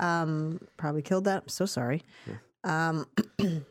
Um, probably killed that. I'm so sorry. Um,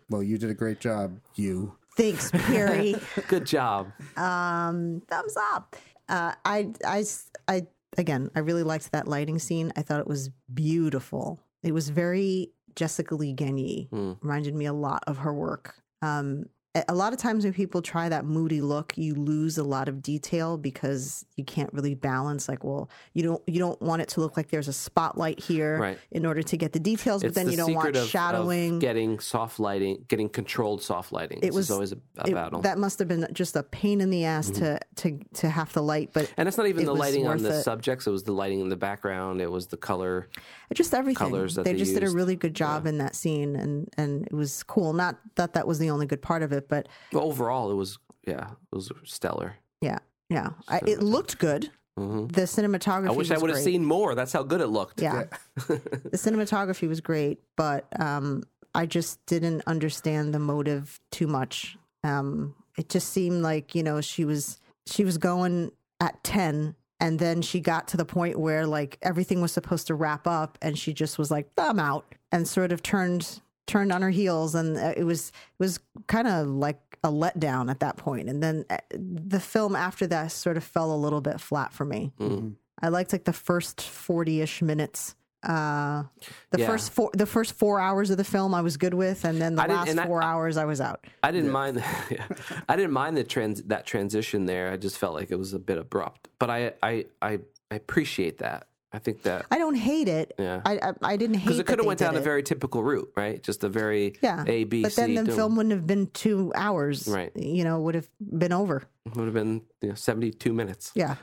well you did a great job you thanks, Perry. Good job. um, thumbs up. Uh, I, I s- I- again, I really liked that lighting scene. I thought it was beautiful. It was very Jessica Lee Gagne. Hmm. Reminded me a lot of her work. Um, a- a lot of times when people try that moody look, you lose a lot of detail because you can't really balance. Like, well, you don't you don't want it to look like there's a spotlight here Right. in order to get the details, (laughs) but It's then the you don't want secret of- of shadowing. getting soft lighting, getting controlled soft lighting. It was- was always a, a It- battle, Mm-hmm. that must have been just a pain in the ass to to to have the light, but and it's not even it the was lighting on worth the it. subjects. It was the lighting in the background. It was the color. just everything. colours that they, they just did a used. really good job in that scene, and and it was cool. Not that that was the only good part of it, but But overall, it was yeah, it was stellar. Mm-hmm. yeah, yeah, I, it looked good. The cinematography. I wish I was would have great. seen more. That's how good it looked. (laughs) Yeah, the cinematography was great, but um, I just didn't understand the motive too much. Um, it just seemed like you know she was she was going at ten. And then she got to the point where like everything was supposed to wrap up, and she just was like, "I'm out," and sort of turned turned on her heels and uh, it was it was kind of like a letdown at that point and then uh, the film after that sort of fell a little bit flat for me Mm-hmm. i liked like the first 40ish minutes uh the Yeah. first four the first four hours of the film i was good with and then the I didn't- last and I- four hours i was out I didn't mind. (laughs) yeah. I didn't mind the trans that transition there. I just felt like it was a bit abrupt, but I I I, I appreciate that. I think that I don't hate it. Yeah. I I, I didn't hate because that it could have they went down did a it. very typical route, right? Just a very yeah A B C. But then the dum- film wouldn't have been two hours. Right. You know, would have been over. would have been you know, seventy-two minutes. Yeah.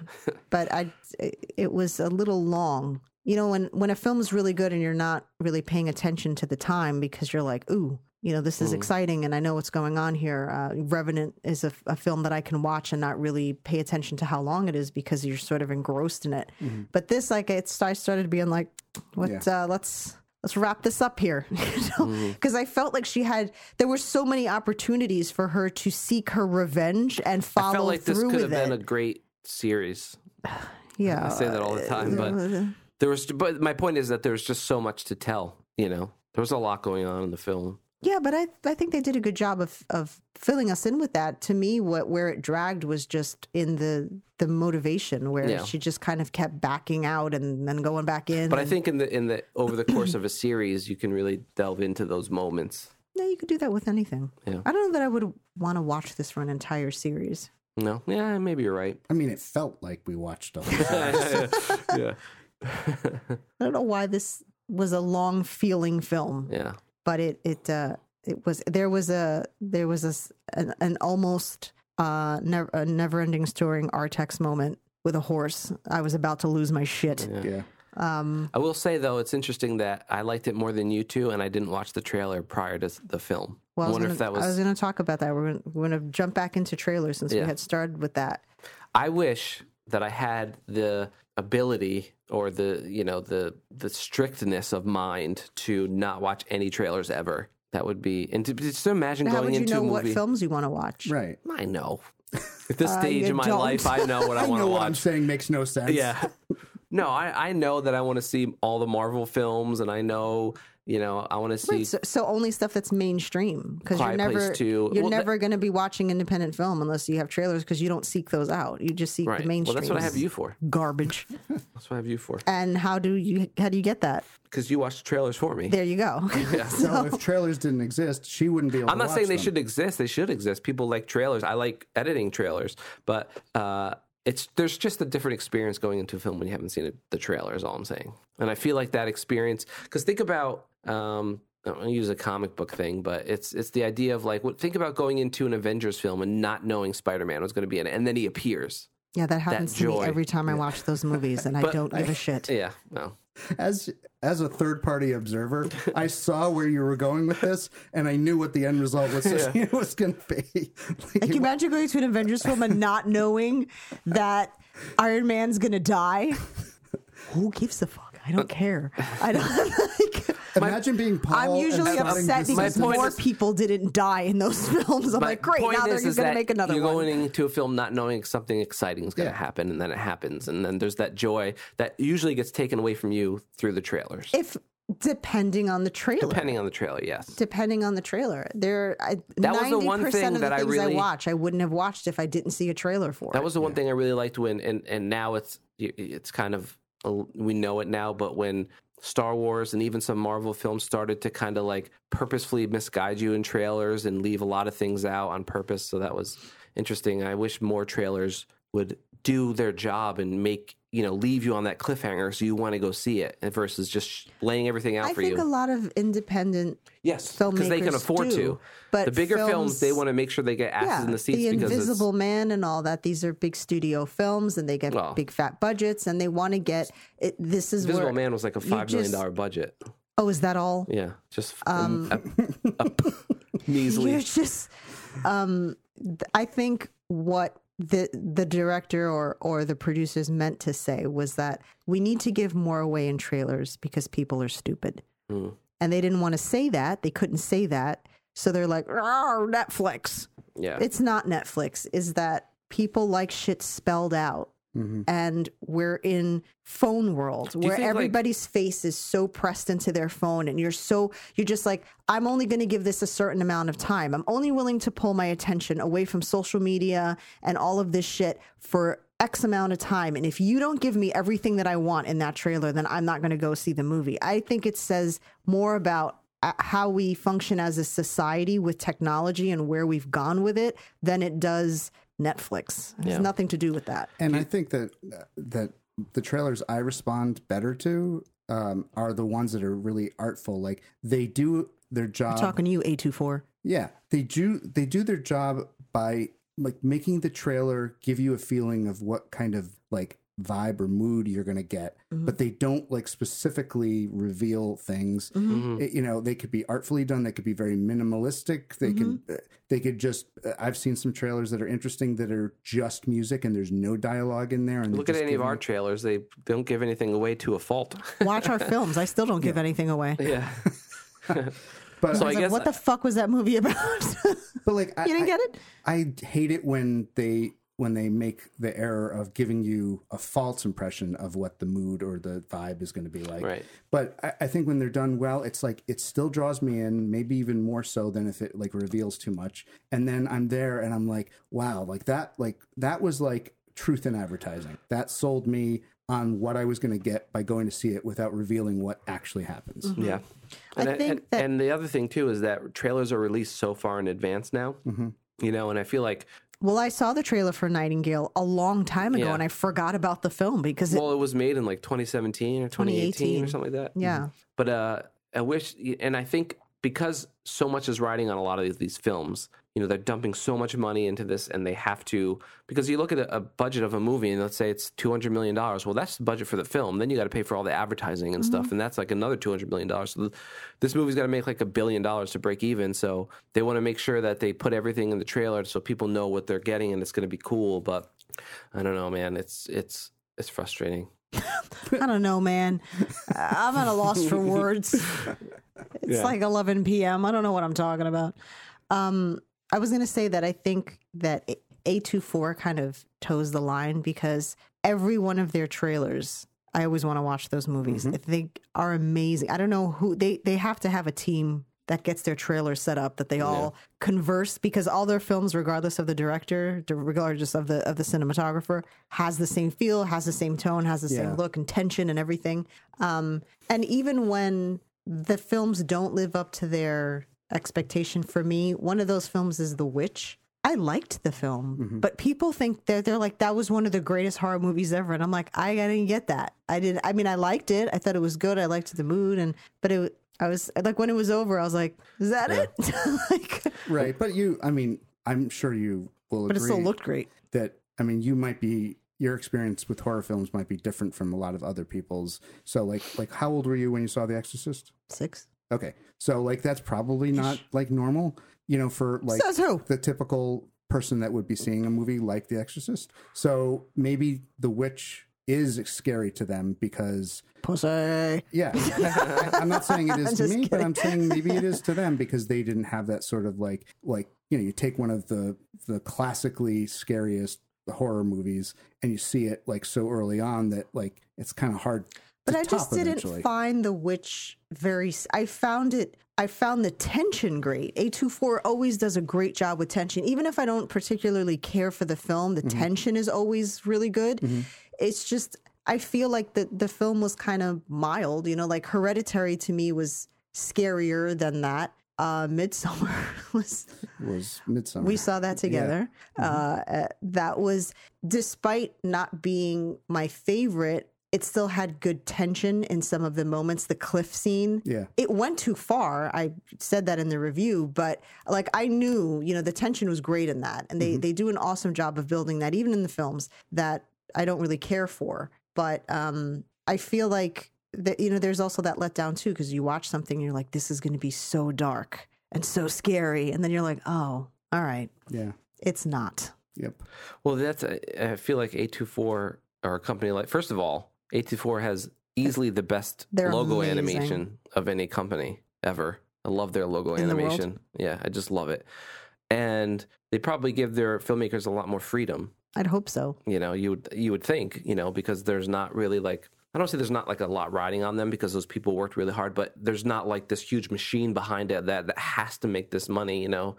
but I, it was a little long. You know, when when a film's really good and you're not really paying attention to the time because you're like, ooh, you know, Mm. this is exciting and I know what's going on here. Uh, Revenant is a, a film that I can watch and not really pay attention to how long it is because you're sort of engrossed in it. Mm-hmm. But this, like, it's I started being like, what? Uh, let's let's wrap this up here (laughs) because Mm-hmm. i felt like she had there were so many opportunities for her to seek her revenge and follow I felt like this through could have with it been a great series. yeah I say that all the Uh, time, but there was. But my point is that there's just so much to tell. You know, there was a lot going on in the film. yeah but i i think they did a good job of of filling us in with that to me what where it dragged was just in the the motivation where Yeah. she just kind of kept backing out and then going back in But I and- think in the in the over the course of a series, you can really delve into those moments. no you could do that with anything Yeah. i don't know that i would want to watch this for an entire series No, yeah, maybe you're right. I mean, it felt like we watched (laughs) a whole show. yeah, i don't know why this was a long feeling film yeah. but it it uh it was there was a there was a s- an, an almost uh never a never ending story artex moment with a horse i was about to lose my shit yeah. I will say though, it's interesting that I liked it more than you two, and I didn't watch the trailer prior to s- the film. well, I I was wonder gonna, if that was. I I, was going to talk about that. We're going, we're going to jump back into trailers since we Yeah. had started with that. wish that I had the ability or the you know the the strictness of mind to not watch any trailers ever. That would be and to, just imagine How going would you into know a movie. what films you want to watch? (laughs) Right. (laughs) I know. At this stage you in my don't. life, I (laughs) know what I, I want know to what I'm watch. saying makes no sense. Yeah. (laughs) No, I, I know that I want to see all the Marvel films, and I know, you know, I want to see. Right, so, so only stuff that's mainstream because you're Quiet Place never 2. you're Well, that- never going to be watching independent film unless you have trailers because you don't seek those out. You just seek right. the mainstream. Well, that's what I have you for. garbage. That's what I have you for. and how do you how do you get that? Because you watch the trailers for me. There you (laughs) go. (laughs) So if trailers didn't exist, she wouldn't be able I'm to not saying watch they them. should exist. They should exist. People like trailers. I like editing trailers, but uh, it's there's just a different experience going into a film when you haven't seen it, the trailer. Is all I'm saying. And I feel like that experience. Because think about. Um, I'm going to use a comic book thing, but it's it's the idea of like, what, think about going into an Avengers film and not knowing Spider Man was going to be in it, and then he appears. Yeah, that happens to me joy. every time I watch those movies, and I don't give a shit. Yeah, well, as as a third party observer, I saw where you were going with this, and I knew what the end (laughs) result was, (laughs) it was going to be. Like, Can you imagine going to an Avengers film and not knowing that Iron Man's gonna die? Who gives a fuck? I don't care. I don't. (laughs) Like, imagine being Paul. I'm and usually starting upset this because My point more is- people didn't die in those (laughs) films. I'm My like, great, point now they're is- is gonna that make another You're one. going into a film not knowing something exciting is going to Yeah. happen, and then it happens, and then there's that joy that usually gets taken away from you through the trailers. if depending on the trailer. Depending on the trailer, yes. depending on the trailer. There, I, That was 90% the one thing of the that I things really- I watch, I wouldn't have watched if I didn't see a trailer for That it. was the one thing I really liked when, and and now it's it's kind of we know it now, but when Star Wars and even some Marvel films started to kind of like purposefully misguide you in trailers and leave a lot of things out on purpose, so that was interesting. I wish more trailers would do their job and make you know leave you on that cliffhanger so you want to go see it and versus just laying everything out I for think you. a lot of independent yes, filmmakers because they can afford do, to. but the bigger films, they want to make sure they get asses yeah, in the seats because it's, Invisible Man and all that. These are big studio films, and they get Well. big fat budgets, and they want to get. It, this is Invisible where. Man was like a you five million just- dollar budget. Oh, is that all? Yeah, just um, (laughs) up, measly. You're just. Um, th- I think what the the director or or the producers meant to say was that we need to give more away in trailers because people are stupid, Mm. and they didn't want to say that. They couldn't say that, so they're like, "Rawr, Netflix. Yeah, It's not Netflix. Is that people like shit spelled out? And we're in phone world Mm-hmm. you where think, like- everybody's face is so pressed into their phone, and you're so you're just like, I'm only going to give this a certain amount of time. I'm only willing to pull my attention away from social media and all of this shit for X amount of time. And if you don't give me everything that I want in that trailer, then I'm not going to go see the movie. I think it says more about uh, how we function as a society with technology and where we've gone with it than it does Netflix. It has nothing to do with that. And I think that that the trailers I respond better to um, are the ones that are really artful. Like they do their Um, job. talking to you, A24. Yeah, they do. They do their job by like making the trailer give you a feeling of what kind of like vibe or mood you're going to get, Mm-hmm. Mhm. but they don't like specifically reveal things. Mhm. It- you know, they could be artfully done. They could be very minimalistic. They Mm-hmm. could, uh, they could just. uh, I've seen some trailers that are interesting that are just music and there's no dialogue in there. And they Look at just any give of our you- trailers; they don't give anything away to a fault. (laughs) Watch our films. I still don't give anything away. yeah. But I So I was like, guess what the fuck was that movie (laughs) about? you but like I, didn't I- get it? I hate it when they when they make the error of giving you a false impression of what the mood or the vibe is going to be like. Right. But I, I think when they're done well, it's like it still draws me in, maybe even more so than if it like reveals too much. And then I'm there and I'm like, wow, like that, like that was like truth in advertising. That sold me on what I was going to get by going to see it without revealing what actually happens. Yeah. Mm-hmm. I And, think and, that- and the other thing too is that trailers are released so far in advance now. Mm-hmm. You know, and I feel like Well, I saw the trailer for Nightingale a long time ago Yeah. and I forgot about the film because it, well, it was made in like 2017 or 2018. 2018, or something like (laughs) that. yeah. But uh, I wish, and I think because so much is riding on a lot of these, these films, you know, they're dumping so much money into this and they have to, because you look at a, a budget of a movie and let's say it's $200 million. Well, that's the budget for the film. Then you got to pay for all the advertising and stuff. And that's like another $200 million. So th- this movie's got to make like a billion dollars to break even. So they want to make sure that they put everything in the trailer so people know what they're getting and it's going to be cool. But I don't know, man. It's, it's, it's frustrating. I don't know, man. I'm at a loss (laughs) for words. It's like 11 p.m. I don't know what I'm talking about. Um, I was going to say that I think that A24 kind of toes the line because every one of their trailers, I always want to watch those movies. I think are amazing. I don't know who they they have to have a team that gets their trailer set up that they all converse because all their films regardless of the director de- regardless of the of the cinematographer has the same feel has the same tone has the Yeah. same look and tension and everything um and even when the films don't live up to their expectation for me one of those films is the witch i liked the film but people think they're, they're like that was one of the greatest horror movies ever and i'm like i, I didn't get that i did i mean i liked it i thought it was good i liked the mood and but it I was like when it was over, I was like, "Is that it?" (laughs) like, Right. But you, I mean, I'm sure you will but it agree. still looked great. that I mean, you might be your experience with horror films might be different from a lot of other people's. So like like how old were you when you saw The Exorcist? Six. Okay. So like that's probably not like normal, you know, for like Says who? the typical person that would be seeing a movie like The Exorcist. So maybe The Witch is scary to them because Pussy. (laughs) yeah, I, am not saying it is to me, Just but kidding. I'm saying maybe it is (laughs) to them because they didn't have that sort of like like you know you take one of the the classically scariest horror movies and you see it like so early on that like it's kind of hard. But to I top just didn't eventually. find the witch very. s- I found it. I found the tension great. A24 always does a great job with tension. Even if I don't particularly care for the film, the Mm-hmm. tension is always really good. It's just I feel like the the film was kind of mild. You know, like Hereditary to me was scarier than that. Uh, Midsummer (laughs) was was Midsummer. We saw that together. Uh, uh, that was, despite not being my favorite, it still had good tension in some of the moments. The cliff scene, Yeah. it went too far. I said that in the review, but like I knew, you know, the tension was great in that, and they they do an awesome job of building that, even in the films that I don't really care for. But um, I feel like that you know, there's also that letdown too because you watch something and you're like, this is going to be so dark and so scary, and then you're like, oh, all right, yeah. it's not. Yep. Well, that's I I feel like A24 or a company like first of all, A24 has easily the best They're logo amazing. animation of any company ever. I love their logo In the world? animation. Yeah, I just love it. And they probably give their filmmakers a lot more freedom I'd hope so. you know you would you would think you know because there's not really like i don't say there's not like a lot riding on them because those people worked really hard but there's not like this huge machine behind it that that has to make this money you know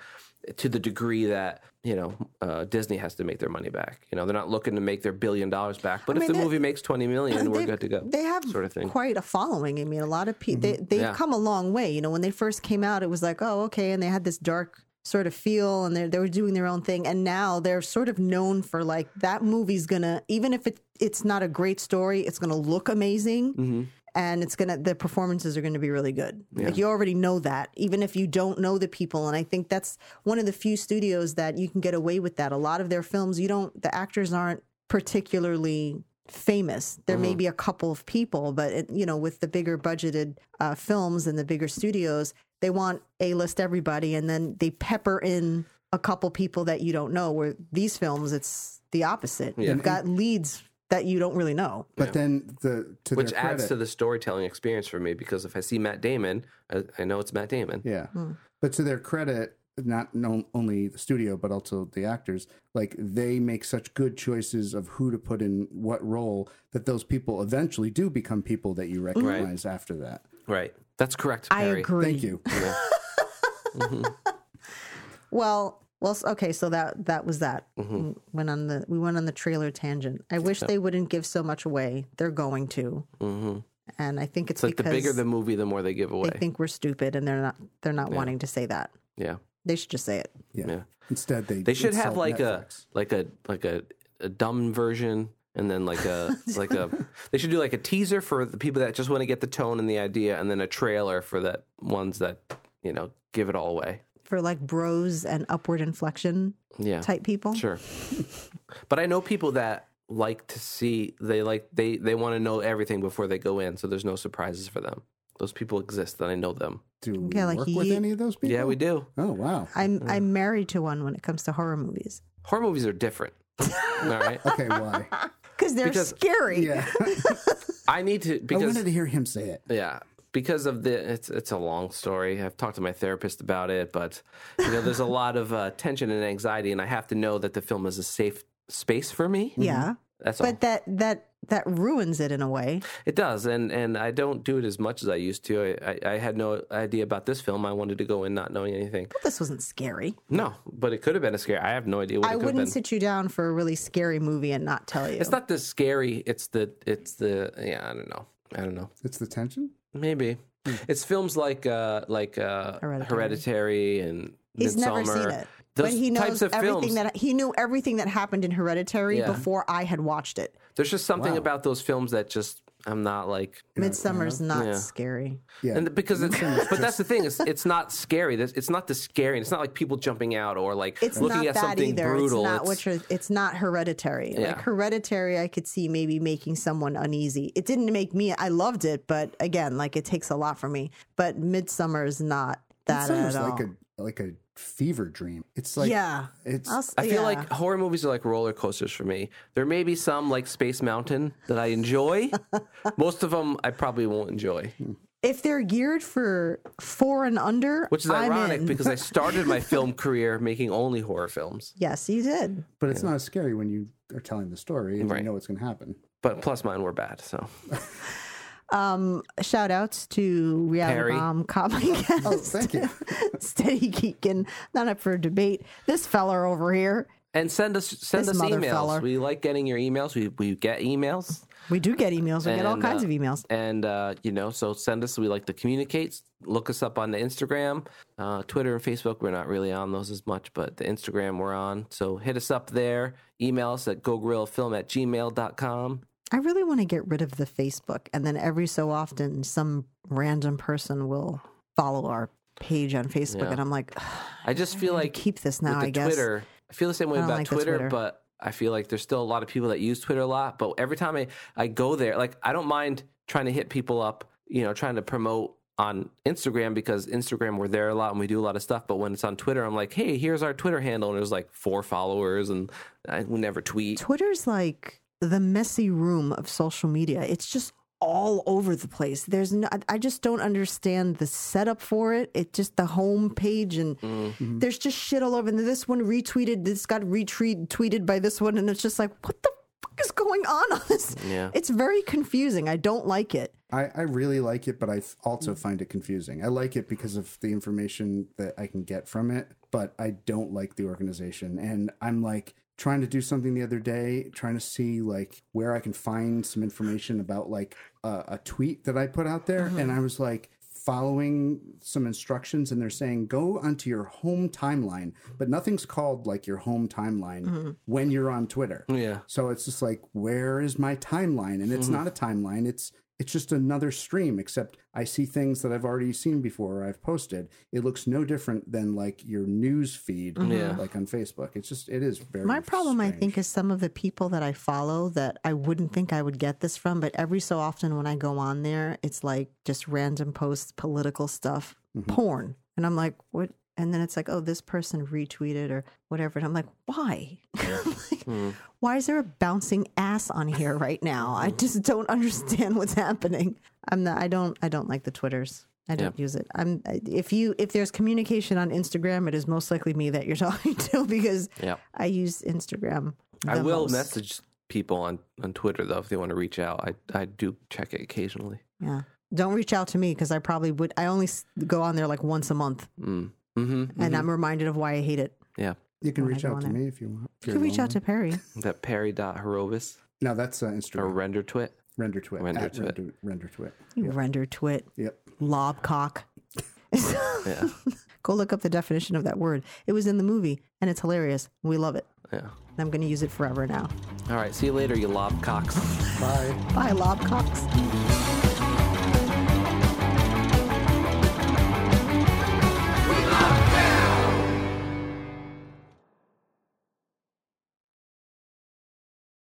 to the degree that you know uh, disney has to make their money back you know they're not looking to make their billion dollars back I but if mean, the they- movie makes 20 million we're They've- good to go They have sort of thing. Mm-hmm. quite a following. I mean, a lot of people they they've Yeah. come a long way. You know, when they first came out, it was like, oh, okay, and they had this dark sort of feel and they they were doing their own thing and now they're sort of known for like that movie's gonna even if it it's not a great story it's gonna look amazing hmm and it's gonna the performances are gonna be really good Yeah. like you already know that even if you don't know the people and i think that's one of the few studios that you can get away with that a lot of their films you don't the actors aren't particularly famous there may Mhm. be a couple of people but it, you know with the bigger budgeted uh, films and the bigger studios they want a list everybody and then they pepper in a couple people that you don't know where these films it's the opposite Yeah. you've got leads that you don't really know But Yeah. then the to Which their adds credit- to the storytelling experience for me because if I see Matt Damon, I, I know it's Matt Damon. Yeah. Mm. But to their credit, not no, only the studio, but also the actors, like they make such good choices of who to put in what role that those people eventually do become people that you recognize after that. Right. That's correct. i Perry. agree Thank you. Yeah. Mhm. Well, well, s- okay. So that that was that. We Mhm. Went on the we went on the trailer tangent. I wish they wouldn't give so much away. They're going to, Mhm. and I think it's, It's like the because bigger the movie, the more they give they away. think we're stupid, and they're not. They're not wanting to say that. yeah. They should just say it. Yeah. Yeah. Instead, they They should have insult like Netflix. a like a like a, a dumb version and then like a like a they should do like a teaser for the people that just want to get the tone and the idea and then a trailer for that ones that, you know, give it all away. For like bros and upward inflection Yeah. type people, Sure. but I know people that like to see they like they they want to know everything before they go in, so there's no surprises for them. Those people exist, and I know them. Do we Yeah, like work with ye- any of those people? Yeah, we do. Oh wow. I'm Mm. I'm married to one when it comes to horror movies Horror movies are different. All right. Okay, why? because they're Because- scary. Yeah, I need to I because wanted to hear him say it. yeah because of the it's it's a long story. I've talked to my therapist about it, but you know there's a lot of uh, tension and anxiety, and I have to know that the film is a safe space for me. Yeah. That's all. but that that that ruins it in a way. It does, and and I don't do it as much as I used to. I, I, I had no idea about this film. I wanted to go in not knowing anything. Well, this wasn't scary. No, but it could have been a scare. I have no idea what I it could have been. wouldn't sit you down for a really scary movie and not tell you. it's not the scary. It's the it's the yeah. I don't know. I don't know. It's the tension. Maybe Hmm. it's films like uh like uh Hereditary. Hereditary, and He's Midsummer. never seen it. Those but he knows types of everything films. that he knew everything that happened in Hereditary Yeah. before I had watched it. There's just something Wow. about those films that just I'm not like Midsummer's not Uh-huh. Yeah. scary. Yeah, And because (laughs) it's, but that's the thing. It's, it's not scary. That's- It's not the scary. and It's not like people jumping out or like It's looking not at that something either. brutal. It's not what you're, it's not Hereditary. Like Yeah. Hereditary, I could see maybe making someone uneasy. It didn't make me. I loved it, but again, like it takes a lot from me. But Midsummer is not that it's almost at all. like a like a fever dream. It's like yeah, it's I'll s- I feel yeah. like horror movies are like roller coasters for me. There may be some like Space Mountain that I (laughs) enjoy. Most of them I probably won't enjoy, if they're geared for four and under, which is I'm ironic in. because I started (laughs) my film career making only horror films. yes, you did. But it's not as scary when you are telling the story and Right. you know what's going to happen. But plus mine were bad. So Um, shout outs to Reality Perry. Bomb Comic Cast. Oh, thank you. (laughs) Steady Geekin, not up for debate. This feller over here, and send us send This us mother emails. feller. We like getting your emails. We we get emails we do get emails. We get all And, kinds uh, of emails. and uh, you know so send us. We like to communicate. Look us up on the Instagram, uh, Twitter, and Facebook. We're not really on those as much, but the Instagram we're on. So hit us up there. Email us at gogorillafilm at gmail.com. I really want to get rid of the Facebook, and then every so often, some random person will follow our page on Facebook, Yeah. and I'm like, I just feel like keep this now. with the I guess Twitter, I feel the same way I don't about like the Twitter, Twitter. but I feel like there's still a lot of people that use Twitter a lot. But every time I, I go there, like I don't mind trying to hit people up, you know, trying to promote on Instagram because Instagram we're there a lot and we do a lot of stuff. But when it's on Twitter, I'm like, hey, here's our Twitter handle, and there's like four followers, and I we never tweet. Twitter's like the messy room of social media. It's just all over the place. There's no, I- I just don't understand the setup for it. It just the home page and Mm. there's just shit all over. And this one retweeted, this got retweeted by this one, and it's just like, what the fuck is going on on this? Yeah. It's very confusing. I don't like it. I, I really like it, but I f- also find it confusing. I like it because of the information that I can get from it, but I don't like the organization. And I'm like trying to do something the other day, trying to see like where I can find some information about like a, a tweet that I put out there. And I was like, following some instructions and they're saying go onto your home timeline, but nothing's called like your home timeline when you're on Twitter. Yeah. So it's just like, where is my timeline? And it's Mm-hmm. not a timeline. It's it's just another stream, except I see things that I've already seen before or I've posted. It looks no different than like your news feed, Mm-hmm. Yeah. like on Facebook. It's just it is very My problem, I strange. think, is some of the people that I follow that I wouldn't think I would get this from, but every so often when I go on there, it's like just random posts, political stuff, Mm-hmm. porn. And I'm like, what? And then it's like, oh, this person retweeted or whatever. And I'm like, why? (laughs) Like, Hmm. Why is there a bouncing ass on here right now? Mm-hmm. I just don't (laughs) understand what's happening. I'm not, I don't, I don't like the Twitters. I don't use it. I'm if you if there's communication on Instagram, it is most likely me that you're (laughs) talking to because Yeah. I use Instagram. I the will most. message people on, on Twitter though if they want to reach out. I I do check it occasionally. Yeah. Don't reach out to me because I probably would. I only s- go on there like once a month, Mm. hmm and I'm reminded of why I hate it. Yeah. you can when I reach go out on to it. me if you want. if You you're can reach out to lonely. Perry. That Perry dot Herobis No, that's uh, or Instagram. render twit. Render twit. Render at Twit. Render, render twit. You render twit, Yep. lobcock. Yeah. (laughs) Go look up the definition of that word. It was in the movie, and it's hilarious. We love it. Yeah. And I'm going to use it forever now. All right. See you later, you lobcocks. Bye. Bye, lobcocks.